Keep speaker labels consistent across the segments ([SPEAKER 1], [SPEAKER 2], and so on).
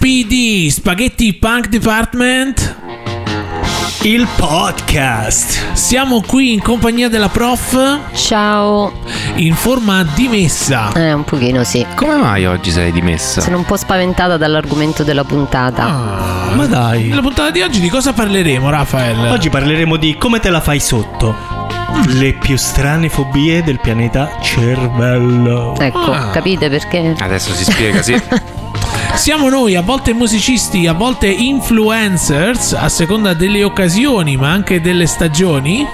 [SPEAKER 1] di Spaghetti Punk Department.
[SPEAKER 2] Il podcast.
[SPEAKER 1] Siamo qui in compagnia della prof
[SPEAKER 3] Ciao.
[SPEAKER 1] in forma dimessa.
[SPEAKER 3] Eh, un pochino sì.
[SPEAKER 4] Come mai oggi sei dimessa?
[SPEAKER 3] Sono un po' spaventata dall'argomento della puntata.
[SPEAKER 1] Ah,
[SPEAKER 2] Ma dai.
[SPEAKER 1] Nella puntata di oggi di cosa parleremo, Rafael?
[SPEAKER 2] Oggi parleremo di come te la fai sotto. Le più strane fobie del pianeta cervello.
[SPEAKER 3] Ecco,
[SPEAKER 1] Ah.
[SPEAKER 3] capite perché?
[SPEAKER 4] Adesso si spiega, sì.
[SPEAKER 1] Siamo noi, a volte musicisti, a volte influencers, a seconda delle occasioni, ma anche delle stagioni.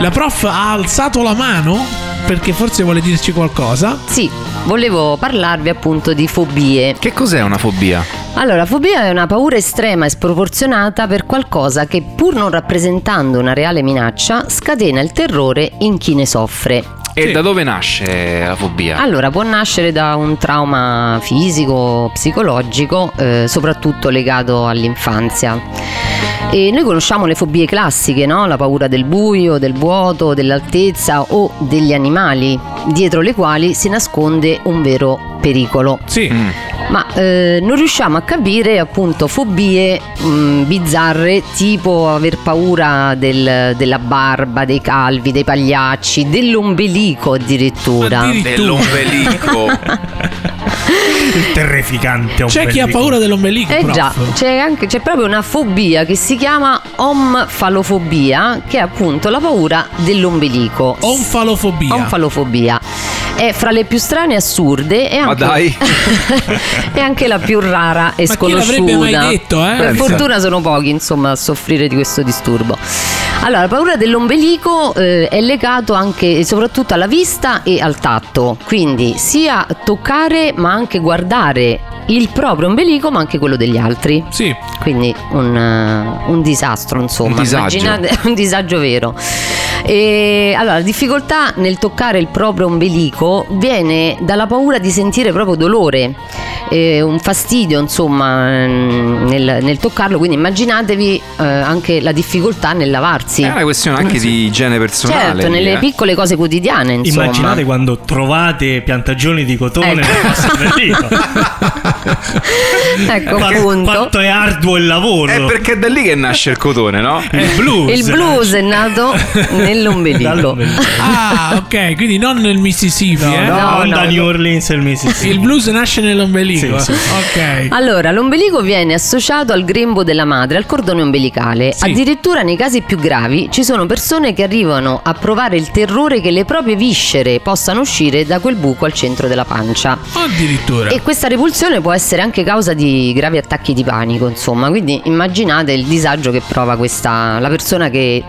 [SPEAKER 1] La prof ha alzato la mano perché forse vuole dirci qualcosa.
[SPEAKER 3] Sì, volevo parlarvi appunto di fobie.
[SPEAKER 4] Che cos'è una fobia?
[SPEAKER 3] Allora, fobia è una paura estrema e sproporzionata per qualcosa che, pur non rappresentando una reale minaccia, scatena il terrore in chi ne soffre.
[SPEAKER 4] E
[SPEAKER 1] Sì.
[SPEAKER 4] da dove nasce la fobia?
[SPEAKER 3] Allora, può nascere da un trauma fisico, psicologico, eh, soprattutto legato all'infanzia. E noi conosciamo le fobie classiche, no? la paura del buio, del vuoto, dell'altezza o degli animali, dietro le quali si nasconde un vero pericolo.
[SPEAKER 1] Sì.
[SPEAKER 4] Mm.
[SPEAKER 3] Ma eh, non riusciamo a capire appunto fobie mh, bizzarre tipo aver paura del- della barba, dei calvi, dei pagliacci, dell'ombelico addirittura.
[SPEAKER 1] Addirittura.
[SPEAKER 4] Dell'ombelico.
[SPEAKER 2] Il terrificante
[SPEAKER 1] C'è chi ha
[SPEAKER 2] ombelico.
[SPEAKER 1] paura dell'ombelico,
[SPEAKER 3] Eh
[SPEAKER 1] prof.
[SPEAKER 3] già, c'è, anche, c'è proprio una fobia che si chiama omfalofobia, che è appunto la paura dell'ombelico.
[SPEAKER 1] Onfalofobia.
[SPEAKER 3] Omfalofobia. È fra le più strane e assurde e
[SPEAKER 4] Ma
[SPEAKER 3] anche,
[SPEAKER 4] dai.
[SPEAKER 3] è anche la più rara e
[SPEAKER 1] Ma chi
[SPEAKER 3] sconosciuta.
[SPEAKER 1] l'avrebbe mai detto, eh?
[SPEAKER 3] Per
[SPEAKER 4] Pensa.
[SPEAKER 3] fortuna sono pochi, insomma, a soffrire di questo disturbo. Allora, la paura dell'ombelico eh, è legato anche e soprattutto alla vista e al tatto, quindi sia toccare ma anche guardare il proprio ombelico ma anche quello degli altri.
[SPEAKER 1] Sì.
[SPEAKER 3] Quindi un, eh, un disastro, insomma,
[SPEAKER 4] Un disagio.
[SPEAKER 3] immaginate un disagio vero. E, allora, la difficoltà nel toccare il proprio ombelico viene dalla paura di sentire proprio dolore, eh, un fastidio, insomma, mm, nel, nel toccarlo. Quindi immaginatevi eh, anche la difficoltà nel lavarsi.
[SPEAKER 4] È una questione anche di igiene personale.
[SPEAKER 3] certo,
[SPEAKER 4] lì,
[SPEAKER 3] nelle
[SPEAKER 4] eh.
[SPEAKER 3] piccole cose quotidiane, insomma.
[SPEAKER 2] Immaginate quando trovate piantagioni di cotone
[SPEAKER 3] Ecco.
[SPEAKER 2] nel vostro ombelico.
[SPEAKER 3] ecco,
[SPEAKER 2] Qua-
[SPEAKER 3] appunto.
[SPEAKER 2] Quanto è arduo il lavoro.
[SPEAKER 4] È perché è da lì che nasce il cotone, no?
[SPEAKER 1] Mm.
[SPEAKER 2] Il blues.
[SPEAKER 3] Il blues è nato nell'ombelico.
[SPEAKER 2] Dall'ombelico.
[SPEAKER 1] Ah, ok, quindi non nel Mississippi, eh?
[SPEAKER 2] No,
[SPEAKER 3] No,
[SPEAKER 2] non
[SPEAKER 3] no,
[SPEAKER 2] da
[SPEAKER 3] no.
[SPEAKER 2] New Orleans e il Mississippi.
[SPEAKER 1] Il blues nasce nell'ombelico.
[SPEAKER 2] Sì, sì.
[SPEAKER 1] Ok.
[SPEAKER 3] Allora, l'ombelico viene associato al grembo della madre, al cordone ombelicale.
[SPEAKER 1] Sì.
[SPEAKER 3] Addirittura nei casi più gravi ci sono persone che arrivano a provare il terrore che le proprie viscere possano uscire da quel buco al centro della pancia.
[SPEAKER 1] Addirittura.
[SPEAKER 3] E questa repulsione può essere anche causa di gravi attacchi di panico, insomma, quindi immaginate il disagio che prova questa la persona che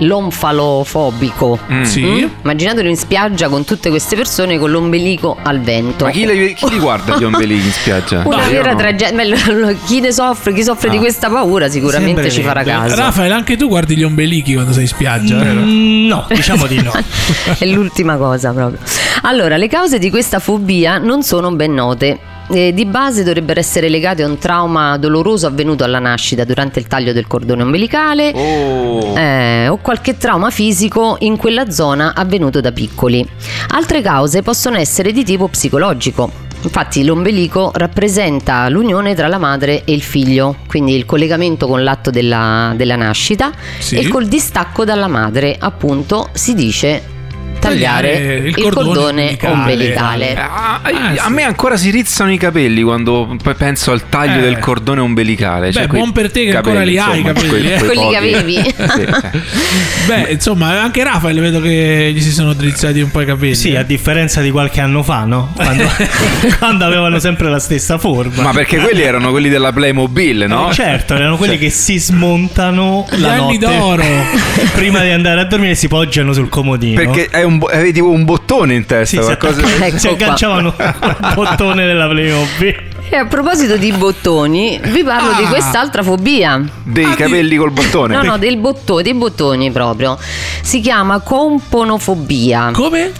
[SPEAKER 3] l'onfalofobico.
[SPEAKER 4] Mm.
[SPEAKER 1] Sì.
[SPEAKER 3] Mm? Immaginatelo in spiaggia con tutte queste persone con l'ombelico al vento.
[SPEAKER 4] Ma chi li, chi li guarda gli ombelichi in spiaggia?
[SPEAKER 3] Una
[SPEAKER 4] Io
[SPEAKER 3] vera
[SPEAKER 4] no.
[SPEAKER 3] tragedia. Beh, Chi ne soffre, chi soffre di
[SPEAKER 4] Ah.
[SPEAKER 3] questa paura sicuramente
[SPEAKER 2] Sembra
[SPEAKER 3] ci farà
[SPEAKER 2] evidente.
[SPEAKER 3] caso.
[SPEAKER 1] Rafael, anche tu guardi gli ombelichi quando sei in spiaggia, vero?
[SPEAKER 2] Mm, No, diciamo di no.
[SPEAKER 3] È l'ultima cosa proprio. Allora, le cause di questa fobia non sono ben note. Eh, di base dovrebbero essere legate a un trauma doloroso avvenuto alla nascita durante il taglio del cordone ombelicale
[SPEAKER 4] Oh.
[SPEAKER 3] eh, o qualche trauma fisico in quella zona avvenuto da piccoli. Altre cause possono essere di tipo psicologico. Infatti l'ombelico rappresenta l'unione tra la madre e il figlio, quindi il collegamento con l'atto della, della nascita
[SPEAKER 1] Sì.
[SPEAKER 3] e col distacco dalla madre, appunto, si dice tagliare,
[SPEAKER 1] Tagliare il
[SPEAKER 3] il,
[SPEAKER 1] cordone
[SPEAKER 3] cordone,
[SPEAKER 1] ombelicale.
[SPEAKER 3] ombelicale.
[SPEAKER 4] Ah,
[SPEAKER 1] Ah,
[SPEAKER 4] a
[SPEAKER 1] sì.
[SPEAKER 4] me ancora si rizzano i capelli quando p- penso al taglio
[SPEAKER 1] Eh.
[SPEAKER 4] del cordone ombelicale.
[SPEAKER 1] Beh,
[SPEAKER 4] cioè quei
[SPEAKER 1] buon per te che
[SPEAKER 4] capelli,
[SPEAKER 1] ancora li hai,
[SPEAKER 4] insomma,
[SPEAKER 1] i capelli, eh.
[SPEAKER 3] Quelli che
[SPEAKER 4] pochi.
[SPEAKER 3] avevi.
[SPEAKER 4] Sì,
[SPEAKER 1] Beh, insomma, anche Rafael vedo che gli si sono drizzati un po' i capelli. eh.
[SPEAKER 2] Sì, a differenza di qualche anno fa, no? Quando, quando avevano sempre la stessa forma.
[SPEAKER 4] Ma perché quelli erano quelli della Playmobil, no? Cioè.
[SPEAKER 2] Eh, Certo, erano quelli che si smontano
[SPEAKER 1] Gli
[SPEAKER 2] la
[SPEAKER 1] anni
[SPEAKER 2] notte
[SPEAKER 1] d'oro.
[SPEAKER 2] prima di andare a dormire si poggiano sul comodino.
[SPEAKER 4] Perché è un, bo- avevi tipo un bottone in
[SPEAKER 2] sì,
[SPEAKER 4] testa,
[SPEAKER 2] si,
[SPEAKER 4] qualcosa-
[SPEAKER 2] attacca-
[SPEAKER 3] Ecco
[SPEAKER 2] si
[SPEAKER 3] qua.
[SPEAKER 2] agganciavano al bottone della
[SPEAKER 4] Eh.
[SPEAKER 2] Playmobil.
[SPEAKER 3] E a proposito di bottoni, vi parlo di
[SPEAKER 1] Ah.
[SPEAKER 3] quest'altra fobia.
[SPEAKER 4] dei
[SPEAKER 1] Ah,
[SPEAKER 4] capelli col bottone.
[SPEAKER 3] No, no, del botto- dei bottoni proprio. Si chiama componofobia.
[SPEAKER 1] Come?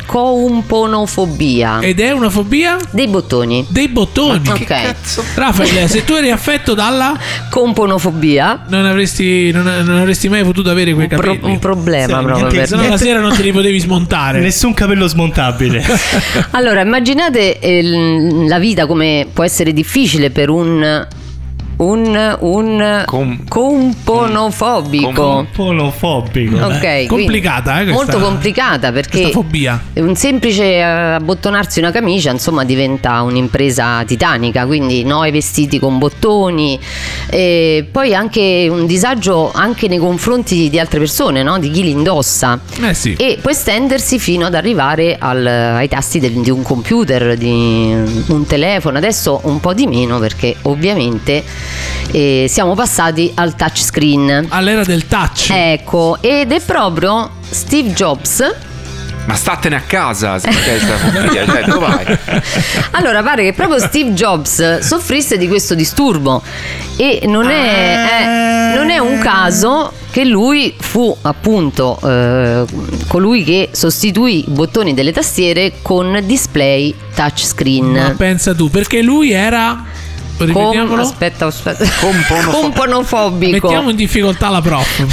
[SPEAKER 3] Componofobia.
[SPEAKER 1] Ed è una fobia
[SPEAKER 3] Dei bottoni.
[SPEAKER 1] dei bottoni.
[SPEAKER 3] Ok.
[SPEAKER 1] Rafael, se tu eri affetto dalla
[SPEAKER 3] Componofobia.
[SPEAKER 1] non avresti, non, non avresti mai potuto avere quei
[SPEAKER 3] Un, pro-
[SPEAKER 1] capelli.
[SPEAKER 3] un problema
[SPEAKER 2] Sì,
[SPEAKER 3] proprio.
[SPEAKER 2] niente-
[SPEAKER 3] per-
[SPEAKER 1] Se no la sera non te li potevi smontare.
[SPEAKER 2] Nessun capello smontabile.
[SPEAKER 3] Allora, immaginate eh, l- la vita come può essere difficile per un un, un
[SPEAKER 4] Com-
[SPEAKER 3] componofobico.
[SPEAKER 4] Com-
[SPEAKER 2] Polofobico.
[SPEAKER 3] Ok, quindi-
[SPEAKER 1] Complicata, eh, questa-
[SPEAKER 3] molto complicata perché
[SPEAKER 1] Questa fobia.
[SPEAKER 3] un semplice eh, abbottonarsi una camicia insomma diventa un'impresa titanica quindi no ai vestiti con bottoni e poi anche un disagio anche nei confronti di altre persone no? di chi li indossa
[SPEAKER 1] Eh sì.
[SPEAKER 3] e può estendersi fino ad arrivare al- ai tasti del- di un computer, di un telefono, adesso un po' di meno perché ovviamente eh, siamo passati al touchscreen.
[SPEAKER 1] All'era del touch.
[SPEAKER 3] Ecco, ed è proprio Steve Jobs.
[SPEAKER 4] Ma statene a casa, se c'è questa fobia, cioè, dove vai?
[SPEAKER 3] Allora, pare che proprio Steve Jobs soffrisse di questo disturbo e non
[SPEAKER 1] Ah.
[SPEAKER 3] è, eh, non è un caso che lui fu appunto eh, colui che sostituì i bottoni delle tastiere con display
[SPEAKER 1] Ma
[SPEAKER 3] touchscreen.
[SPEAKER 1] pensa tu, perché lui era.
[SPEAKER 3] Com-
[SPEAKER 1] Ripetiamolo.
[SPEAKER 3] aspetta, aspetta.
[SPEAKER 4] Componofobico.
[SPEAKER 3] Componofobico.
[SPEAKER 1] Mettiamo in difficoltà la prof.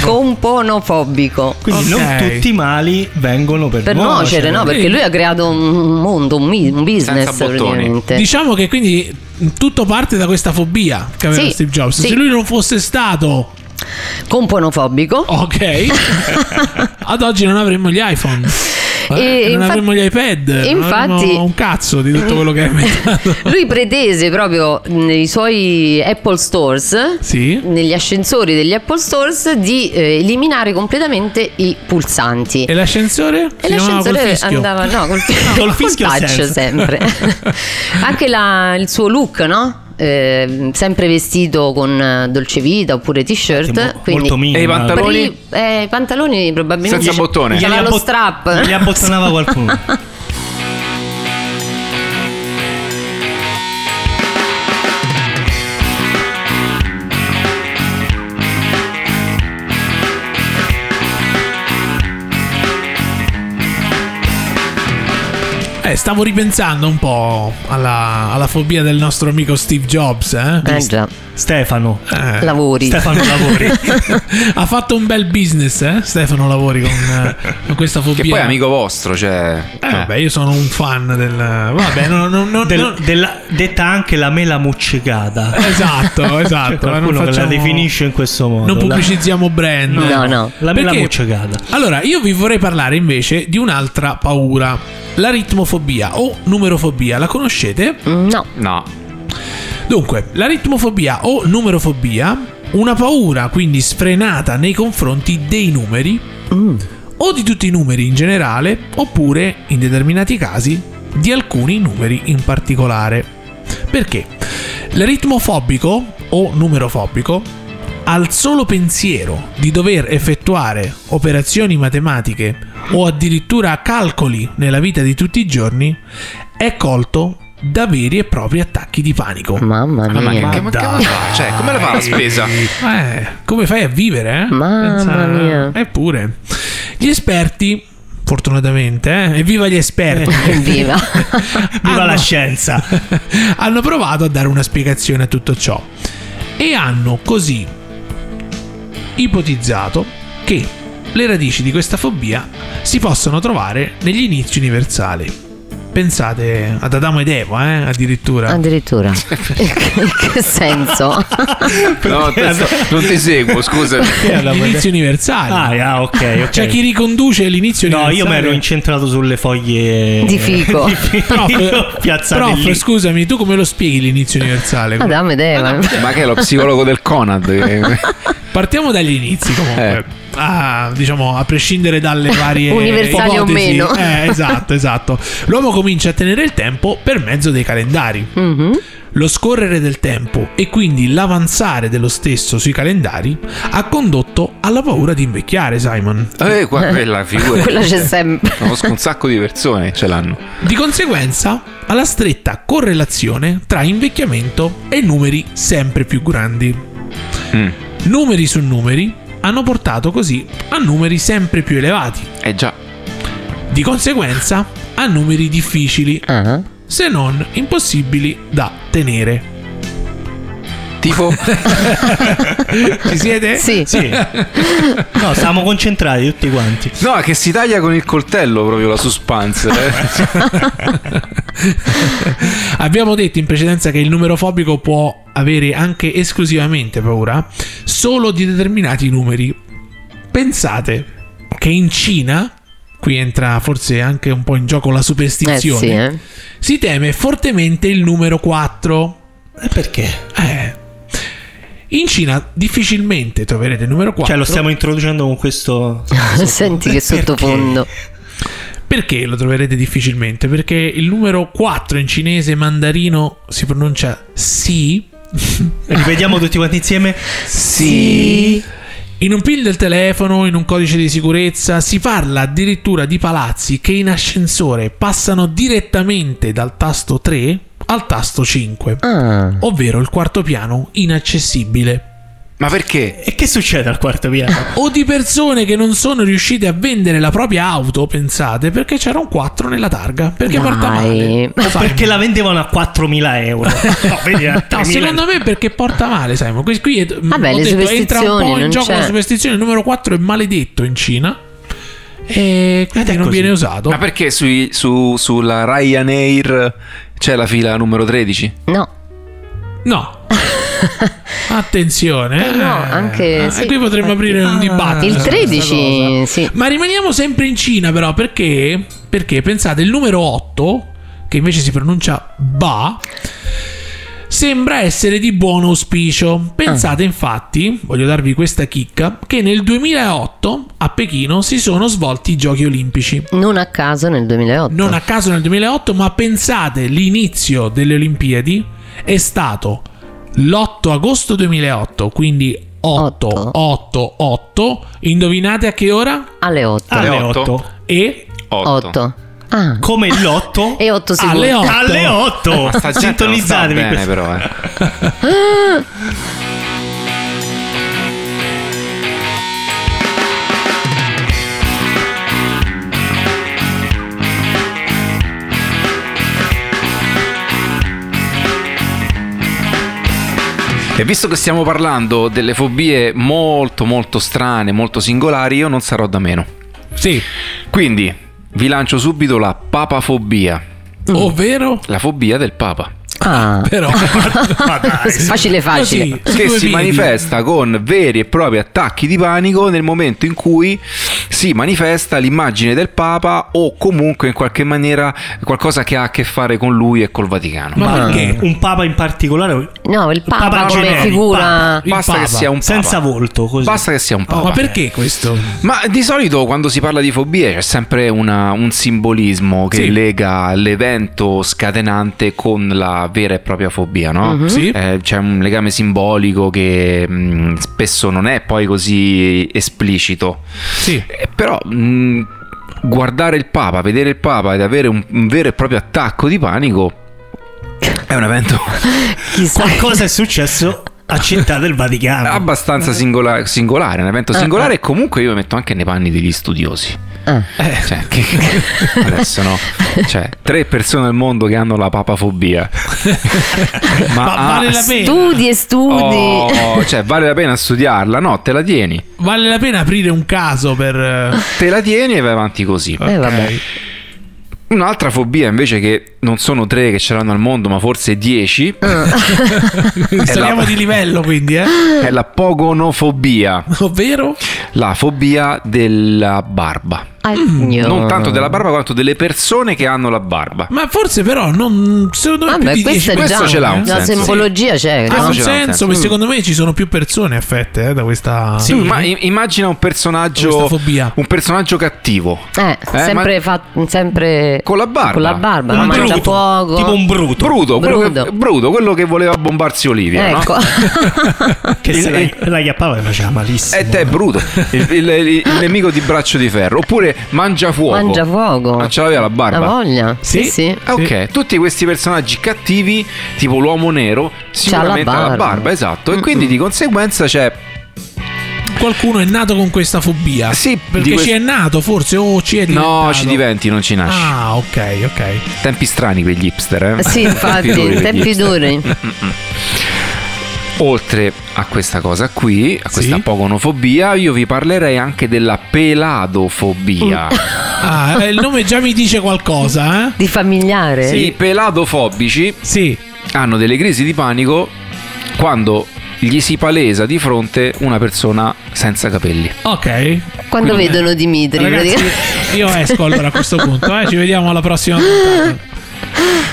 [SPEAKER 3] Componofobico.
[SPEAKER 2] Quindi
[SPEAKER 1] Ok.
[SPEAKER 2] non tutti i mali vengono per, cioè,
[SPEAKER 3] Per
[SPEAKER 2] nuocere,
[SPEAKER 3] nuocere, no? Perché lui ha creato un mondo, un, mi- un business
[SPEAKER 4] Senza bottoni.
[SPEAKER 3] praticamente.
[SPEAKER 1] Diciamo che quindi tutto parte da questa fobia che aveva
[SPEAKER 3] Sì,
[SPEAKER 1] Steve Jobs.
[SPEAKER 3] sì.
[SPEAKER 1] Se lui non fosse stato
[SPEAKER 3] Componofobico.
[SPEAKER 1] Oh. ok, ad oggi non avremmo gli iPhone. Eh,
[SPEAKER 3] E
[SPEAKER 1] non
[SPEAKER 3] infatti-
[SPEAKER 1] avremmo gli iPad. non avremmo
[SPEAKER 3] infatti-
[SPEAKER 1] un cazzo di tutto quello che hai inventato.
[SPEAKER 3] Lui pretese proprio nei suoi Apple Stores,
[SPEAKER 1] Sì.
[SPEAKER 3] negli ascensori degli Apple Stores, di eh, eliminare completamente i pulsanti.
[SPEAKER 1] E l'ascensore?
[SPEAKER 3] E
[SPEAKER 1] Eh, Si chiamava col
[SPEAKER 3] l'ascensore
[SPEAKER 1] fischio.
[SPEAKER 3] andava no, col,
[SPEAKER 2] Col fischio
[SPEAKER 3] touch
[SPEAKER 2] senza.
[SPEAKER 3] sempre. Anche la- il suo look, no? Eh, sempre vestito con eh, dolce vita oppure t-shirt. quindi-
[SPEAKER 2] Molto minimo.
[SPEAKER 4] E i pantaloni?
[SPEAKER 3] Pri- eh, i pantaloni probabilmente
[SPEAKER 4] Senza bottone.
[SPEAKER 3] c'era
[SPEAKER 2] Glieli
[SPEAKER 3] lo
[SPEAKER 2] abbot-
[SPEAKER 3] strap
[SPEAKER 2] Gli abbottonava qualcuno.
[SPEAKER 1] Eh, stavo ripensando un po' alla, alla fobia del nostro amico Steve Jobs. Eh?
[SPEAKER 3] Eh già,
[SPEAKER 2] Stefano.
[SPEAKER 1] Eh.
[SPEAKER 3] lavori
[SPEAKER 2] Stefano Lavori.
[SPEAKER 1] ha fatto un bel business, eh? Stefano Lavori con, eh, con questa fobia.
[SPEAKER 4] Che poi è amico vostro, cioè...
[SPEAKER 1] Eh, vabbè, io sono un fan del. Vabbè, no, no, no,
[SPEAKER 2] Del-
[SPEAKER 1] no-
[SPEAKER 2] della- detta anche la mela muccicata.
[SPEAKER 1] Esatto, esatto. ma
[SPEAKER 2] Qualcuno
[SPEAKER 1] non
[SPEAKER 2] che Eh, la
[SPEAKER 1] facciamo-
[SPEAKER 2] definisce in questo modo.
[SPEAKER 1] Non
[SPEAKER 2] la-
[SPEAKER 1] pubblicizziamo brand.
[SPEAKER 3] No, no.
[SPEAKER 2] La mela
[SPEAKER 1] Perché-
[SPEAKER 2] muccicata.
[SPEAKER 1] Allora, io vi vorrei parlare invece di un'altra paura. La ritmofobia o numerofobia. La conoscete?
[SPEAKER 3] No,
[SPEAKER 4] eh, No.
[SPEAKER 1] Dunque, la ritmofobia o numerofobia, una paura quindi sfrenata nei confronti dei numeri, o di tutti i numeri in generale, oppure, in determinati casi, di alcuni numeri in particolare. Perché? Il ritmofobico o numerofobico, al solo pensiero di dover effettuare operazioni matematiche o addirittura calcoli nella vita di tutti i giorni, è colto da veri e propri attacchi di panico.
[SPEAKER 3] mamma
[SPEAKER 4] Ma, ma,
[SPEAKER 3] mia
[SPEAKER 4] che- ma che-
[SPEAKER 1] dai.
[SPEAKER 4] cioè, come la fa la spesa?
[SPEAKER 1] Eh, come fai a vivere? Eh?
[SPEAKER 3] Mamma
[SPEAKER 1] Pensa-
[SPEAKER 3] mia.
[SPEAKER 1] Eppure, gli esperti, fortunatamente, eh, evviva gli esperti,
[SPEAKER 3] Evviva
[SPEAKER 2] Viva
[SPEAKER 1] Ah,
[SPEAKER 2] la
[SPEAKER 1] no.
[SPEAKER 2] scienza.
[SPEAKER 1] hanno provato a dare una spiegazione a tutto ciò e hanno così ipotizzato che le radici di questa fobia si possono trovare negli inizi universali. Pensate ad Adamo ed Eva, eh, addirittura.
[SPEAKER 3] Addirittura In che senso?
[SPEAKER 4] No, te sto- non ti seguo, scusa.
[SPEAKER 1] Gli inizi universali.
[SPEAKER 2] Ah, ah, ok, ok.
[SPEAKER 1] Cioè chi riconduce l'inizio
[SPEAKER 2] No,
[SPEAKER 1] universale
[SPEAKER 2] io mi ero incentrato sulle foglie
[SPEAKER 3] Di fico.
[SPEAKER 2] di fico eh,
[SPEAKER 1] Prof,
[SPEAKER 2] piazzate
[SPEAKER 1] prof,
[SPEAKER 2] lì.
[SPEAKER 1] scusami, tu come lo spieghi l'inizio universale?
[SPEAKER 3] Adamo ed Eva
[SPEAKER 4] Ma che è lo psicologo del Conad? Eh, che-
[SPEAKER 1] Partiamo dagli inizi comunque.
[SPEAKER 4] Eh.
[SPEAKER 1] Ah, diciamo, a prescindere dalle varie
[SPEAKER 3] Universali o
[SPEAKER 1] ipotesi.
[SPEAKER 3] meno.
[SPEAKER 1] Eh, esatto, esatto. L'uomo comincia a tenere il tempo per mezzo dei calendari.
[SPEAKER 3] Mhm.
[SPEAKER 1] Lo scorrere del tempo e quindi l'avanzare dello stesso sui calendari ha condotto alla paura di invecchiare, Simon.
[SPEAKER 4] Eh, qua, quella figura.
[SPEAKER 3] Quella c'è sempre
[SPEAKER 4] Conosco un sacco di persone, ce l'hanno.
[SPEAKER 1] Di conseguenza, alla stretta correlazione tra invecchiamento e numeri sempre più grandi.
[SPEAKER 4] Mm.
[SPEAKER 1] Numeri su numeri hanno portato così a numeri sempre più elevati,
[SPEAKER 4] Eh già.
[SPEAKER 1] di conseguenza a numeri difficili,
[SPEAKER 3] Ah,
[SPEAKER 1] se non impossibili da tenere.
[SPEAKER 4] Tipo?
[SPEAKER 1] Ci siete?
[SPEAKER 3] Sì.
[SPEAKER 2] Sì. No, stavamo concentrati tutti quanti.
[SPEAKER 4] No, che si taglia con il coltello proprio la suspense. eh.
[SPEAKER 1] Abbiamo detto in precedenza che il numerofobico può avere anche esclusivamente paura solo di determinati numeri. Pensate che in Cina, qui entra forse anche un po' in gioco la
[SPEAKER 3] Eh
[SPEAKER 1] superstizione,
[SPEAKER 3] sì, eh.
[SPEAKER 1] si teme fortemente il numero 4.
[SPEAKER 2] E perché?
[SPEAKER 1] Eh. In Cina difficilmente troverete il numero 4.
[SPEAKER 2] Cioè, lo stiamo introducendo con questo.
[SPEAKER 3] Senti che
[SPEAKER 2] Perché?
[SPEAKER 3] sottofondo.
[SPEAKER 1] Perché lo troverete difficilmente? Perché il numero 4 in cinese mandarino si pronuncia Si.
[SPEAKER 2] Ripetiamo tutti quanti insieme.
[SPEAKER 1] Sì. In un PIL del telefono, in un codice di sicurezza, si parla addirittura di palazzi che in ascensore passano direttamente dal tasto 3 al tasto 5,
[SPEAKER 3] Ah.
[SPEAKER 1] ovvero il quarto piano inaccessibile.
[SPEAKER 4] Ma perché?
[SPEAKER 2] E che succede al quarto piano?
[SPEAKER 1] O di persone che non sono riuscite a vendere la propria auto, pensate, perché c'era un 4 nella targa, perché
[SPEAKER 3] Dai.
[SPEAKER 1] porta male.
[SPEAKER 2] O perché la vendevano a 4.000 euro? Ah, No, vedi, a
[SPEAKER 1] No,
[SPEAKER 2] 3.000.
[SPEAKER 1] secondo me perché porta male, Simon. Qui, qui è,
[SPEAKER 3] Vabbè,
[SPEAKER 1] ho
[SPEAKER 3] Ah le
[SPEAKER 1] detto, entra un po'
[SPEAKER 3] superstizioni,
[SPEAKER 1] in
[SPEAKER 3] non
[SPEAKER 1] gioco
[SPEAKER 3] c'è.
[SPEAKER 1] la superstizione. Il numero 4 è maledetto in Cina. E quindi
[SPEAKER 2] Ed è
[SPEAKER 1] non
[SPEAKER 2] così.
[SPEAKER 1] viene usato.
[SPEAKER 4] Ma perché sui- su- sulla Ryanair c'è la fila numero 13?
[SPEAKER 3] No.
[SPEAKER 1] No. Attenzione.
[SPEAKER 3] Eh no,
[SPEAKER 1] eh.
[SPEAKER 3] anche-
[SPEAKER 1] Eh,
[SPEAKER 3] sì,
[SPEAKER 1] qui potremmo
[SPEAKER 3] infatti.
[SPEAKER 1] aprire un dibattito.
[SPEAKER 3] Il
[SPEAKER 1] su Ah, questa cosa.
[SPEAKER 3] 13, sì.
[SPEAKER 1] Ma rimaniamo sempre in Cina, però, perché? Perché pensate, il numero 8, che invece si pronuncia Ba, sembra essere di buon auspicio. Pensate, infatti, voglio darvi questa chicca, che nel 2008 a Pechino si sono svolti i Giochi Olimpici.
[SPEAKER 3] Non a caso nel 2008.
[SPEAKER 1] Non a caso nel 2008, ma pensate, l'inizio delle Olimpiadi è stato l'8 agosto 2008, quindi 8,
[SPEAKER 3] Otto.
[SPEAKER 1] 8, 8. Indovinate a che ora?
[SPEAKER 3] Alle 8.
[SPEAKER 2] Alle
[SPEAKER 4] Alle
[SPEAKER 2] 8.
[SPEAKER 4] otto.
[SPEAKER 1] E
[SPEAKER 4] 8.
[SPEAKER 3] 8. Ah.
[SPEAKER 2] Come l'8?
[SPEAKER 3] E 8 sicuro.
[SPEAKER 1] alle 8.
[SPEAKER 2] Alle
[SPEAKER 4] Sta gente
[SPEAKER 2] 8.
[SPEAKER 4] non sta
[SPEAKER 2] Sintonizzatevi.
[SPEAKER 4] bene
[SPEAKER 2] questo-
[SPEAKER 4] però, eh. E visto che stiamo parlando delle fobie molto molto strane, molto singolari, io non sarò da meno.
[SPEAKER 1] Sì,
[SPEAKER 4] Quindi vi lancio subito la papafobia,
[SPEAKER 3] Mm.
[SPEAKER 1] ovvero
[SPEAKER 4] la fobia del papa.
[SPEAKER 3] Ah.
[SPEAKER 1] però
[SPEAKER 2] Ma dai.
[SPEAKER 3] Facile
[SPEAKER 1] Così,
[SPEAKER 3] facile.
[SPEAKER 1] su
[SPEAKER 4] che
[SPEAKER 1] due
[SPEAKER 4] si
[SPEAKER 1] piedi.
[SPEAKER 4] manifesta con veri e propri attacchi di panico nel momento in cui si manifesta l'immagine del Papa o comunque in qualche maniera qualcosa che ha a che fare con lui e col Vaticano.
[SPEAKER 1] Ma
[SPEAKER 3] Ma-
[SPEAKER 1] perché?
[SPEAKER 2] Un papa in particolare.
[SPEAKER 3] No, il Papa,
[SPEAKER 2] Papa
[SPEAKER 3] come
[SPEAKER 2] generico,
[SPEAKER 3] figura.
[SPEAKER 1] il
[SPEAKER 4] Basta
[SPEAKER 1] Papa. Oh,
[SPEAKER 4] che sia un Papa.
[SPEAKER 2] Senza volto. Così.
[SPEAKER 4] Basta che sia un
[SPEAKER 3] Oh.
[SPEAKER 4] Papa.
[SPEAKER 1] Ma perché questo?
[SPEAKER 4] Ma di solito quando si parla di fobie c'è sempre una- un simbolismo che
[SPEAKER 1] Sì.
[SPEAKER 4] lega l'evento scatenante con la vera e propria fobia, no?
[SPEAKER 3] Mhm.
[SPEAKER 1] Sì.
[SPEAKER 4] Eh, c'è un legame simbolico che mh, spesso non è poi così esplicito.
[SPEAKER 1] Sì.
[SPEAKER 4] Eh, però mh, guardare il Papa, vedere il Papa ed avere un, un vero e proprio attacco di panico è un evento
[SPEAKER 3] Chissà.
[SPEAKER 2] Cosa è successo a Città del Vaticano?
[SPEAKER 4] Ah, abbastanza singola- singolare, un evento
[SPEAKER 3] Ah,
[SPEAKER 4] singolare e comunque io mi metto anche nei panni degli studiosi.
[SPEAKER 3] Ah.
[SPEAKER 4] Cioè, che- che- adesso no. Cioè, tre persone al mondo che hanno la papafobia.
[SPEAKER 1] Ma, vale la pena.
[SPEAKER 3] Studi e studi.
[SPEAKER 4] Oh, cioè, vale la pena studiarla? No, te la tieni.
[SPEAKER 1] Vale la pena aprire un caso per eh,
[SPEAKER 4] Te la tieni e vai avanti così.
[SPEAKER 3] Eh, vabbè.
[SPEAKER 4] Un'altra fobia invece che non sono tre che ce l'hanno al mondo, ma forse dieci,
[SPEAKER 1] Eh. saliamo di livello, quindi, eh?
[SPEAKER 4] è la pogonofobia,
[SPEAKER 1] Ovvero?
[SPEAKER 4] la fobia della barba.
[SPEAKER 3] Agno.
[SPEAKER 4] Mm. Non tanto della barba quanto delle persone che hanno la barba.
[SPEAKER 1] Ma forse però non secondo me più
[SPEAKER 3] Vabbè,
[SPEAKER 1] di 10
[SPEAKER 3] questo è
[SPEAKER 4] questo
[SPEAKER 3] già
[SPEAKER 4] ce l'ha un
[SPEAKER 3] la
[SPEAKER 4] senso.
[SPEAKER 3] simbologia c'è,
[SPEAKER 1] ha
[SPEAKER 4] questo
[SPEAKER 1] un
[SPEAKER 4] ce l'ha un
[SPEAKER 1] senso,
[SPEAKER 4] senso.
[SPEAKER 1] perché
[SPEAKER 4] Mm.
[SPEAKER 1] secondo me ci sono più persone affette eh, da questa
[SPEAKER 4] Sì, ma i- immagina un
[SPEAKER 1] Questa
[SPEAKER 4] personaggio,
[SPEAKER 1] fobia.
[SPEAKER 4] un personaggio cattivo.
[SPEAKER 3] no? Eh,
[SPEAKER 4] ma-
[SPEAKER 3] sempre, fa- sempre
[SPEAKER 4] Con la barba.
[SPEAKER 3] Con la barba,
[SPEAKER 1] Un
[SPEAKER 3] non mangia
[SPEAKER 1] bruto,
[SPEAKER 3] fuoco.
[SPEAKER 2] Tipo un bruto.
[SPEAKER 4] Bruto, Quello,
[SPEAKER 3] Bruto.
[SPEAKER 4] che, bruto, quello che voleva bombarsi Olivia. no?
[SPEAKER 3] Ecco.
[SPEAKER 2] Che se la, la chiappava e faceva malissimo.
[SPEAKER 4] E Eh, te è bruto, il, il- il- il nemico di braccio di ferro. Oppure mangia fuoco.
[SPEAKER 3] Mangia fuoco.
[SPEAKER 4] Ma ce l'aveva la barba.
[SPEAKER 3] La voglia. Sì,
[SPEAKER 1] Sì.
[SPEAKER 3] sì.
[SPEAKER 4] Ah, Ok, tutti questi personaggi cattivi, tipo l'uomo nero, sicuramente ha la
[SPEAKER 3] barba.
[SPEAKER 4] barba, esatto. E quindi di conseguenza c'è
[SPEAKER 1] Qualcuno è nato con questa fobia.
[SPEAKER 4] Sì, di
[SPEAKER 1] perché
[SPEAKER 4] quest-
[SPEAKER 1] ci è nato, forse, o ci è diventato.
[SPEAKER 4] No, ci diventi, non ci nasci.
[SPEAKER 1] Ah, ok, ok.
[SPEAKER 4] Tempi strani quegli hipster, eh?
[SPEAKER 3] Sì, infatti,
[SPEAKER 4] Tempi duri
[SPEAKER 3] in
[SPEAKER 4] quegli
[SPEAKER 3] tempi
[SPEAKER 4] hipster.
[SPEAKER 3] duri.
[SPEAKER 4] Oltre a questa cosa qui, a questa
[SPEAKER 1] Sì.
[SPEAKER 4] pogonofobia, io vi parlerei anche della peladofobia.
[SPEAKER 3] Mm.
[SPEAKER 1] Ah, eh, il nome già mi dice qualcosa, eh?
[SPEAKER 3] Di familiare?
[SPEAKER 4] I peladofobici
[SPEAKER 1] Sì.
[SPEAKER 4] hanno delle crisi di panico quando gli si palesa di fronte una persona senza capelli.
[SPEAKER 1] Ok.
[SPEAKER 3] Quando
[SPEAKER 1] Quindi-
[SPEAKER 3] vedono Dimitri.
[SPEAKER 1] Ragazzi, io esco allora a questo punto, eh. Ci vediamo alla prossima puntata.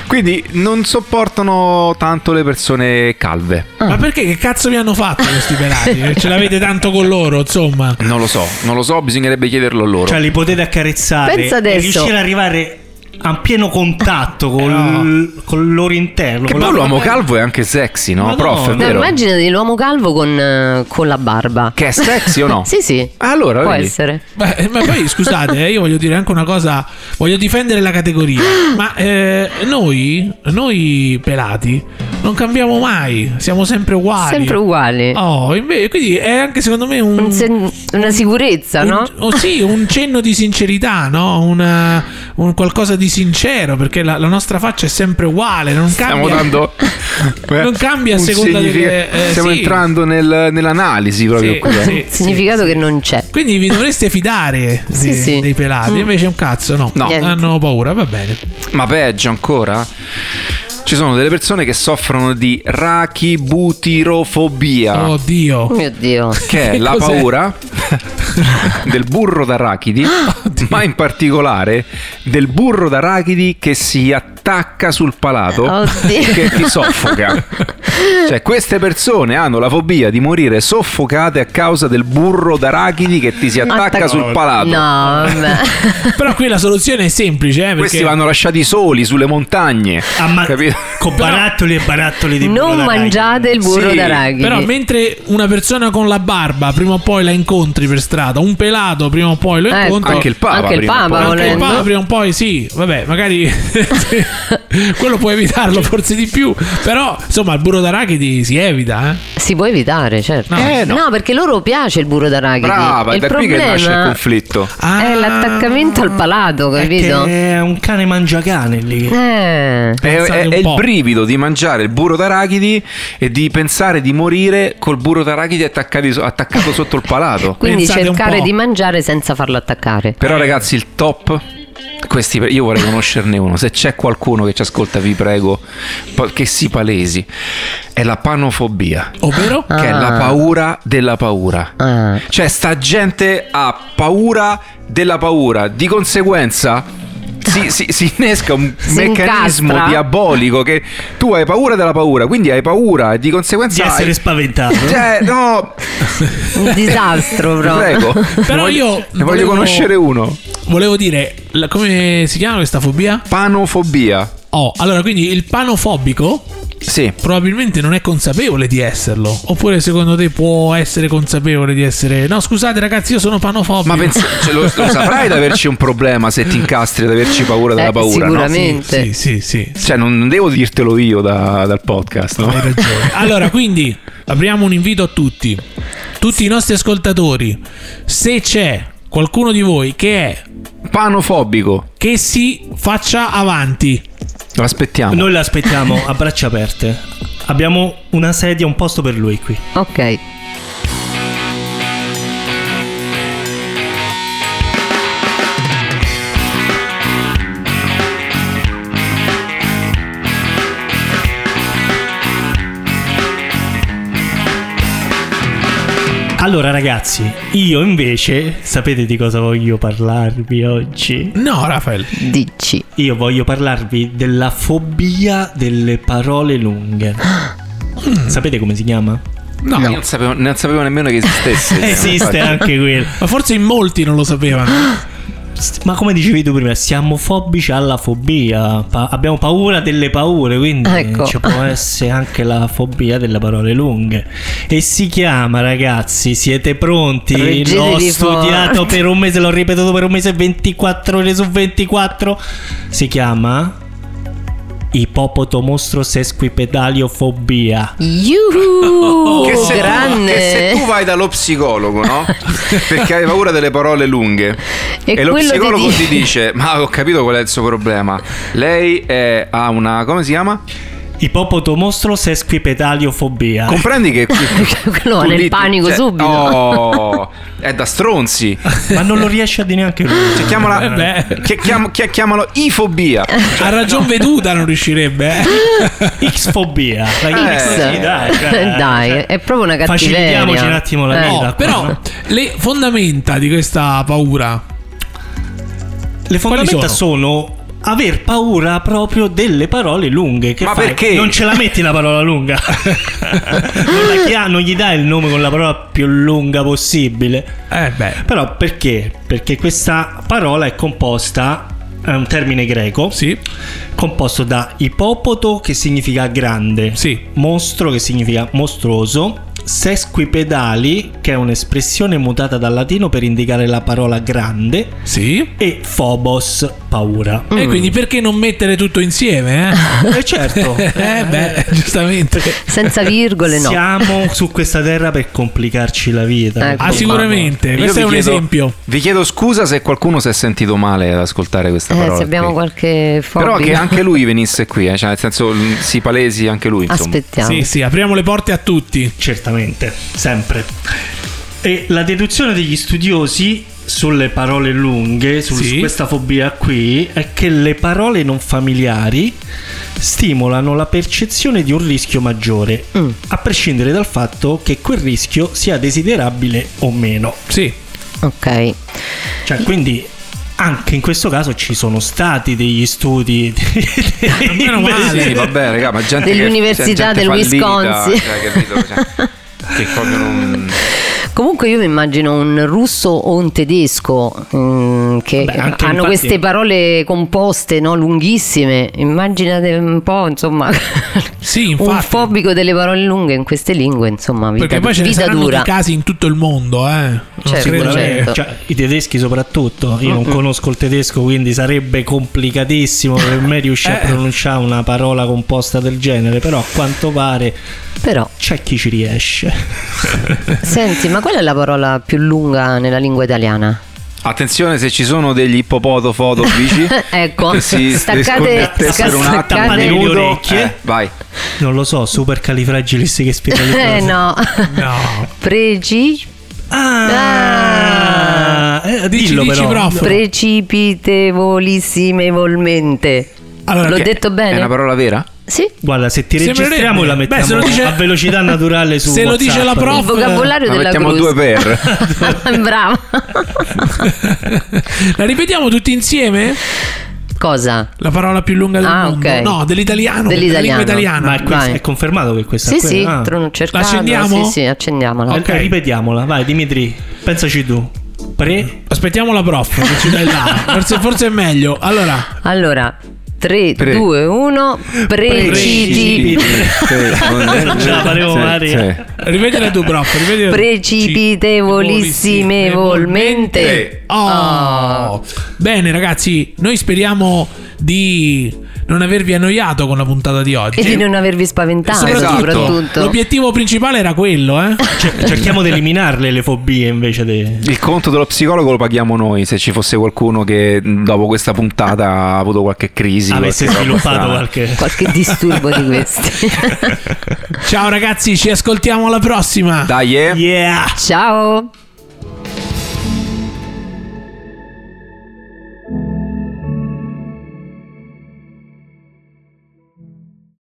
[SPEAKER 4] Quindi non sopportano tanto le persone calve.
[SPEAKER 1] Ma perché che cazzo vi hanno fatto questi pelati? Eh, Ce l'avete tanto con loro, insomma.
[SPEAKER 4] Non lo so, non lo so, bisognerebbe chiederlo a loro.
[SPEAKER 2] Cioè li potete accarezzare
[SPEAKER 3] Pensa
[SPEAKER 2] e
[SPEAKER 3] adesso.
[SPEAKER 2] riuscire ad arrivare a pieno contatto col, col loro interno.
[SPEAKER 4] Eh, che
[SPEAKER 2] con
[SPEAKER 4] poi
[SPEAKER 2] la-
[SPEAKER 4] l'uomo calvo è anche sexy, no?
[SPEAKER 2] Madonna.
[SPEAKER 4] Prof, è
[SPEAKER 2] No,
[SPEAKER 3] No,
[SPEAKER 4] vero?
[SPEAKER 3] immaginati l'uomo calvo con, eh, con la barba.
[SPEAKER 4] Che è sexy o no?
[SPEAKER 3] sì, sì.
[SPEAKER 4] Allora,
[SPEAKER 3] Può
[SPEAKER 4] vedi?
[SPEAKER 3] essere.
[SPEAKER 1] Beh, ma poi scusate, eh, io voglio dire anche una cosa, voglio difendere la categoria, ma eh, noi, noi pelati, non cambiamo mai, siamo sempre uguali.
[SPEAKER 3] Sempre uguali.
[SPEAKER 1] Oh, invece, quindi è anche secondo me un...
[SPEAKER 3] Un sen- una sicurezza,
[SPEAKER 1] un-
[SPEAKER 3] no?
[SPEAKER 1] oh, sì, un cenno di sincerità, no? Una- un qualcosa di sincero, perché la, la nostra faccia è sempre uguale, non
[SPEAKER 4] Stiamo
[SPEAKER 1] cambia.
[SPEAKER 4] dando.
[SPEAKER 1] Non cambia a
[SPEAKER 4] un
[SPEAKER 1] seconda delle-
[SPEAKER 4] significa-
[SPEAKER 1] eh,
[SPEAKER 4] Stiamo
[SPEAKER 1] sì.
[SPEAKER 4] entrando nel- nell'analisi proprio
[SPEAKER 1] Sì,
[SPEAKER 4] qui. eh.
[SPEAKER 1] sì,
[SPEAKER 3] Significato che non c'è.
[SPEAKER 1] Quindi vi dovreste fidare di-
[SPEAKER 3] Sì, sì. Mm.
[SPEAKER 1] dei pelati, invece un cazzo no,
[SPEAKER 4] No.
[SPEAKER 3] Niente.
[SPEAKER 1] hanno paura, va bene.
[SPEAKER 4] Ma peggio ancora. Ci sono delle persone che soffrono di
[SPEAKER 1] Oh,
[SPEAKER 4] rachibutirofobia,
[SPEAKER 1] Oddio.
[SPEAKER 3] Oh Mio Dio.
[SPEAKER 4] che è
[SPEAKER 1] Che
[SPEAKER 4] la
[SPEAKER 1] cos'è?
[SPEAKER 4] paura del burro d'arachidi,
[SPEAKER 3] Ah,
[SPEAKER 4] ma in particolare del burro d'arachidi che si attacca sul palato
[SPEAKER 3] Oddio.
[SPEAKER 4] che ti soffoca. Cioè, queste persone hanno la fobia di morire soffocate a causa del burro d'arachidi che ti si attacca
[SPEAKER 3] Attacca-
[SPEAKER 4] sul palato.
[SPEAKER 3] No, vabbè.
[SPEAKER 1] Però qui la soluzione è semplice, eh, perché
[SPEAKER 4] Questi vanno lasciati soli sulle montagne.
[SPEAKER 2] Amma-
[SPEAKER 4] capito?
[SPEAKER 2] Ah, con barattoli e barattoli di burro
[SPEAKER 3] non
[SPEAKER 2] da ragno.
[SPEAKER 3] mangiate il burro
[SPEAKER 4] Sì,
[SPEAKER 3] d'arachidi.
[SPEAKER 1] Però mentre una persona con la barba prima o poi la incontri per strada, un pelato prima o poi lo
[SPEAKER 3] Ecco.
[SPEAKER 1] incontri.
[SPEAKER 4] Anche il Papa
[SPEAKER 3] Anche il
[SPEAKER 4] prima o
[SPEAKER 3] Papa,
[SPEAKER 4] poi.
[SPEAKER 1] Anche il
[SPEAKER 3] volendo.
[SPEAKER 1] Papa prima o poi sì, vabbè, magari sì, quello puoi evitarlo forse di più, però insomma il burro d'arachidi si evita, eh.
[SPEAKER 3] Si può evitare, certo.
[SPEAKER 1] No.
[SPEAKER 4] Eh, no.
[SPEAKER 3] perché loro piace il burro d'arachidi.
[SPEAKER 4] Brava, è
[SPEAKER 3] il
[SPEAKER 4] da qui
[SPEAKER 3] problema
[SPEAKER 4] che nasce il conflitto.
[SPEAKER 1] Ah.
[SPEAKER 3] è l'attaccamento al palato,
[SPEAKER 2] È che
[SPEAKER 3] capito?
[SPEAKER 2] È un cane mangiacane lì.
[SPEAKER 3] Eh.
[SPEAKER 4] È,
[SPEAKER 1] Pensate
[SPEAKER 4] è-
[SPEAKER 1] un
[SPEAKER 4] è il
[SPEAKER 1] po'.
[SPEAKER 4] brivido di mangiare il burro d'arachidi e di pensare di morire col burro d'arachidi attaccati so- attaccato sotto il palato.
[SPEAKER 3] Quindi
[SPEAKER 1] Pensate un
[SPEAKER 3] cercare
[SPEAKER 1] po'.
[SPEAKER 3] di mangiare senza farlo attaccare.
[SPEAKER 4] Però,
[SPEAKER 1] Eh.
[SPEAKER 4] ragazzi, il top. Questi, io vorrei conoscerne uno. Se c'è qualcuno che ci ascolta, vi prego, po- che si palesi. È la panofobia,
[SPEAKER 1] Ovvero?
[SPEAKER 4] che è la
[SPEAKER 3] Ah.
[SPEAKER 4] paura della paura.
[SPEAKER 3] Ah.
[SPEAKER 4] Cioè, sta gente ha paura della paura, di conseguenza. Si, si- si innesca un
[SPEAKER 3] Si
[SPEAKER 4] meccanismo
[SPEAKER 3] incastra.
[SPEAKER 4] diabolico che tu hai paura della paura, quindi hai paura e di conseguenza.
[SPEAKER 2] Di essere
[SPEAKER 4] hai-
[SPEAKER 2] spaventato.
[SPEAKER 4] Cioè, no,
[SPEAKER 3] Un disastro
[SPEAKER 4] vi
[SPEAKER 3] proprio.
[SPEAKER 4] prego.
[SPEAKER 1] Però
[SPEAKER 4] Ne voglio-
[SPEAKER 1] io
[SPEAKER 4] ne voglio
[SPEAKER 1] volevo-
[SPEAKER 4] conoscere uno.
[SPEAKER 1] Volevo dire, la- come si chiama questa fobia?
[SPEAKER 4] Panofobia.
[SPEAKER 1] Oh, allora quindi il panofobico
[SPEAKER 4] Sì.
[SPEAKER 1] probabilmente non è consapevole di esserlo. Oppure secondo te può essere consapevole di essere. No, scusate, ragazzi, io sono panofobico.
[SPEAKER 4] Ma pensa- cioè, lo, lo saprai di averci un problema se ti incastri ad averci paura della
[SPEAKER 3] Eh,
[SPEAKER 4] paura. no?
[SPEAKER 3] sicuramente.
[SPEAKER 1] Sì, sì, sì.
[SPEAKER 4] Cioè, non devo dirtelo io da- dal podcast. No?
[SPEAKER 1] Hai ragione. Allora, quindi apriamo un invito a tutti, tutti i nostri ascoltatori. Se c'è qualcuno di voi che è
[SPEAKER 4] Panofobico.
[SPEAKER 1] che si faccia avanti.
[SPEAKER 4] Lo aspettiamo.
[SPEAKER 2] Noi l'aspettiamo a braccia aperte. Abbiamo una sedia, un posto per lui qui.
[SPEAKER 3] Ok.
[SPEAKER 2] Allora ragazzi, io invece, sapete di cosa voglio parlarvi oggi?
[SPEAKER 1] No, Rafael.
[SPEAKER 3] Dici.
[SPEAKER 2] Io voglio parlarvi della fobia delle parole lunghe.
[SPEAKER 4] Ah.
[SPEAKER 2] Sapete come si chiama?
[SPEAKER 1] No.
[SPEAKER 4] Non, sapevo, non sapevo nemmeno che esistesse.
[SPEAKER 2] Esiste eh. anche quello.
[SPEAKER 1] Ma forse in molti non lo sapevano.
[SPEAKER 2] S- Ma come dicevi tu prima, siamo fobici alla fobia. Pa- abbiamo paura delle paure, quindi
[SPEAKER 3] Ecco.
[SPEAKER 2] ci può essere anche la fobia delle parole lunghe. E si chiama, ragazzi, siete pronti?
[SPEAKER 3] Reggete
[SPEAKER 2] l'ho
[SPEAKER 3] di
[SPEAKER 2] studiato
[SPEAKER 3] forza.
[SPEAKER 2] per un mese, l'ho ripetuto per un mese, 24 ore su 24. Si chiama ipopoto mostro sesquipedaliofobia.
[SPEAKER 3] Yuhu!
[SPEAKER 4] Che se, tu,
[SPEAKER 3] Oh, grande!
[SPEAKER 4] che se tu vai dallo psicologo, no? Perché hai paura delle parole lunghe.
[SPEAKER 3] E
[SPEAKER 4] E, lo
[SPEAKER 3] quello ti
[SPEAKER 4] psicologo
[SPEAKER 3] dice-
[SPEAKER 4] ti dice: Ma ho capito qual è il suo problema. Lei è- ha una. come si chiama?
[SPEAKER 2] Ipopotomostro sesquipedaliofobia.
[SPEAKER 4] Comprendi che
[SPEAKER 3] Quello
[SPEAKER 4] tu
[SPEAKER 3] nel
[SPEAKER 4] lì-
[SPEAKER 3] panico subito.
[SPEAKER 4] Oh, è da stronzi.
[SPEAKER 2] Ma non lo riesce a dire neanche lui.
[SPEAKER 4] Cioè,
[SPEAKER 1] Eh
[SPEAKER 4] chiamala,
[SPEAKER 1] beh.
[SPEAKER 4] chi- chiam- chi- chiamalo ifobia.
[SPEAKER 1] A ragion veduta non riuscirebbe. Ah, eh.
[SPEAKER 2] X-fobia.
[SPEAKER 4] Eh.
[SPEAKER 2] X, dai, cioè,
[SPEAKER 3] Dai,
[SPEAKER 2] cioè,
[SPEAKER 3] è proprio una cattiveria.
[SPEAKER 2] Facilitiamoci un attimo la
[SPEAKER 3] Eh.
[SPEAKER 2] vita.
[SPEAKER 1] No,
[SPEAKER 2] qua.
[SPEAKER 1] però le fondamenta di questa paura.
[SPEAKER 2] le
[SPEAKER 1] sono?
[SPEAKER 2] fondamenta sono? aver paura proprio delle parole lunghe. Che
[SPEAKER 4] Ma
[SPEAKER 2] fai?
[SPEAKER 4] perché?
[SPEAKER 2] Non ce la metti la parola lunga. non, la chia- non gli dai il nome con la parola più lunga possibile.
[SPEAKER 1] Eh beh.
[SPEAKER 2] Però perché? Perché questa parola è composta, è un termine greco,
[SPEAKER 1] Sì,
[SPEAKER 2] composto da ipopoto che significa grande,
[SPEAKER 1] Sì.
[SPEAKER 2] mostro che significa mostruoso, sesquipedali che è un'espressione mutata dal latino per indicare la parola grande
[SPEAKER 1] sì.
[SPEAKER 2] e phobos paura.
[SPEAKER 1] E quindi perché non mettere tutto insieme? Eh,
[SPEAKER 2] E certo,
[SPEAKER 1] eh beh, giustamente.
[SPEAKER 3] Senza virgole, no.
[SPEAKER 2] siamo su questa terra per complicarci la vita.
[SPEAKER 3] Ecco.
[SPEAKER 1] Ah, sicuramente.
[SPEAKER 4] Io
[SPEAKER 1] Questo
[SPEAKER 4] vi
[SPEAKER 1] è un
[SPEAKER 4] chiedo-
[SPEAKER 1] esempio.
[SPEAKER 4] Vi chiedo scusa se qualcuno si è sentito male ad ascoltare questa
[SPEAKER 3] Eh,
[SPEAKER 4] parola.
[SPEAKER 3] se abbiamo
[SPEAKER 4] qui.
[SPEAKER 3] qualche fobia.
[SPEAKER 4] Però che anche lui venisse qui, eh, cioè nel senso l- si palesi anche lui. Insomma.
[SPEAKER 3] Aspettiamo.
[SPEAKER 1] Sì, sì, apriamo le porte a tutti.
[SPEAKER 2] Certamente, sempre. E la deduzione degli studiosi sulle parole lunghe, su
[SPEAKER 1] Sì.
[SPEAKER 2] questa fobia qui, è che le parole non familiari stimolano la percezione di un rischio maggiore,
[SPEAKER 3] Mm.
[SPEAKER 2] a prescindere dal fatto che quel rischio sia desiderabile o meno.
[SPEAKER 1] Sì.
[SPEAKER 3] Ok.
[SPEAKER 2] Cioè, quindi anche in questo caso ci sono stati degli studi
[SPEAKER 1] Meno male.
[SPEAKER 4] Sì, vabbè, raga, ma gente che-
[SPEAKER 3] Dell'università
[SPEAKER 4] cioè, gente
[SPEAKER 3] del
[SPEAKER 4] fallita,
[SPEAKER 3] Wisconsin.
[SPEAKER 4] cioè, capito? Cioè, che proprio non-
[SPEAKER 3] Comunque io mi immagino un russo o un tedesco mm, che
[SPEAKER 2] Beh, anche
[SPEAKER 3] hanno
[SPEAKER 2] infatti-
[SPEAKER 3] queste parole composte, no? lunghissime. Immaginate un po', insomma,
[SPEAKER 1] Sì,
[SPEAKER 3] un
[SPEAKER 1] infatti.
[SPEAKER 3] fobico delle parole lunghe in queste lingue, insomma, vita,
[SPEAKER 1] Perché poi ce ne
[SPEAKER 3] vita
[SPEAKER 1] saranno
[SPEAKER 3] dura.
[SPEAKER 1] di casi in tutto il mondo, eh. Non
[SPEAKER 3] Certo,
[SPEAKER 1] credo che-
[SPEAKER 3] certo.
[SPEAKER 2] Cioè, I tedeschi soprattutto, io non conosco il tedesco quindi sarebbe complicatissimo per me riuscire
[SPEAKER 1] Eh.
[SPEAKER 2] a pronunciare una parola composta del genere, però a quanto pare
[SPEAKER 3] Però,
[SPEAKER 2] c'è chi ci riesce.
[SPEAKER 3] senti, ma qual è la parola più lunga nella lingua italiana?
[SPEAKER 4] Attenzione se ci sono degli ippopotofotobici
[SPEAKER 3] Ecco,
[SPEAKER 4] che si
[SPEAKER 3] staccate,
[SPEAKER 4] sconnettessero un
[SPEAKER 3] staccate-
[SPEAKER 4] attimo
[SPEAKER 2] Tappate le
[SPEAKER 4] minuto.
[SPEAKER 2] orecchie.
[SPEAKER 4] Eh, vai.
[SPEAKER 2] non lo so, super califragilistica
[SPEAKER 3] Eh no,
[SPEAKER 1] No.
[SPEAKER 3] pregi,
[SPEAKER 2] Ah, eh,
[SPEAKER 1] Dici-
[SPEAKER 2] dillo
[SPEAKER 1] dici,
[SPEAKER 2] però.
[SPEAKER 1] prof.
[SPEAKER 3] precipitevolissimevolmente.
[SPEAKER 1] Allora,
[SPEAKER 3] L'ho
[SPEAKER 1] che-
[SPEAKER 3] detto
[SPEAKER 4] È
[SPEAKER 3] bene?
[SPEAKER 4] una parola vera?
[SPEAKER 3] Sì?
[SPEAKER 2] Guarda, se ti
[SPEAKER 1] Sembrerebbe-
[SPEAKER 2] registriamo la mettiamo
[SPEAKER 1] Beh, se lo dice-
[SPEAKER 2] a velocità naturale su
[SPEAKER 1] se lo dice
[SPEAKER 2] WhatsApp.
[SPEAKER 1] la prof-
[SPEAKER 3] Il vocabolario
[SPEAKER 4] La
[SPEAKER 3] della
[SPEAKER 4] mettiamo
[SPEAKER 3] cruz.
[SPEAKER 4] due per.
[SPEAKER 3] Brava.
[SPEAKER 1] La ripetiamo tutti insieme?
[SPEAKER 3] Cosa?
[SPEAKER 1] La parola più lunga del
[SPEAKER 3] Ah,
[SPEAKER 1] mondo.
[SPEAKER 3] ok.
[SPEAKER 1] No, dell'italiano.
[SPEAKER 3] Dell'italiano.
[SPEAKER 1] Della lingua
[SPEAKER 2] Ma
[SPEAKER 1] italiana.
[SPEAKER 2] è, questo-
[SPEAKER 3] Vai.
[SPEAKER 2] è confermato che questa
[SPEAKER 3] Sì,
[SPEAKER 2] è
[SPEAKER 3] sì,
[SPEAKER 2] quella? Ah.
[SPEAKER 3] tron- cercatela,
[SPEAKER 1] accendiamo?
[SPEAKER 3] Sì, sì, accendiamola.
[SPEAKER 1] Ok.
[SPEAKER 2] Eh, Ripetiamola, vai Dimitri, pensaci tu. Pre
[SPEAKER 1] Aspettiamo la prof che ci dà il là. Forse, forse è meglio. Allora,
[SPEAKER 3] Allora, 3,
[SPEAKER 4] Pre-
[SPEAKER 3] 2, 1, precipiti.
[SPEAKER 2] Ce la faremo, Maria.
[SPEAKER 1] rivedila tu, prof. rivedila tu.
[SPEAKER 3] Precipitevolissimevolmente.
[SPEAKER 1] Ah. Oh. Bene, ragazzi, noi speriamo di non avervi annoiato con la puntata di oggi.
[SPEAKER 3] E di non avervi spaventato,
[SPEAKER 4] Esatto.
[SPEAKER 3] soprattutto.
[SPEAKER 1] L'obiettivo principale era quello, eh?
[SPEAKER 2] Cer- Cioè, cerchiamo di eliminarle le fobie invece di...
[SPEAKER 4] Il conto dello psicologo lo paghiamo noi se ci fosse qualcuno che mh, dopo questa puntata ha avuto qualche crisi.
[SPEAKER 2] avesse
[SPEAKER 4] qualche roba
[SPEAKER 2] sviluppato
[SPEAKER 4] strana.
[SPEAKER 2] qualche...
[SPEAKER 3] Qualche disturbo di questi.
[SPEAKER 1] Ciao ragazzi, ci ascoltiamo alla prossima.
[SPEAKER 4] Dai, eh.
[SPEAKER 2] Yeah!
[SPEAKER 3] Ciao.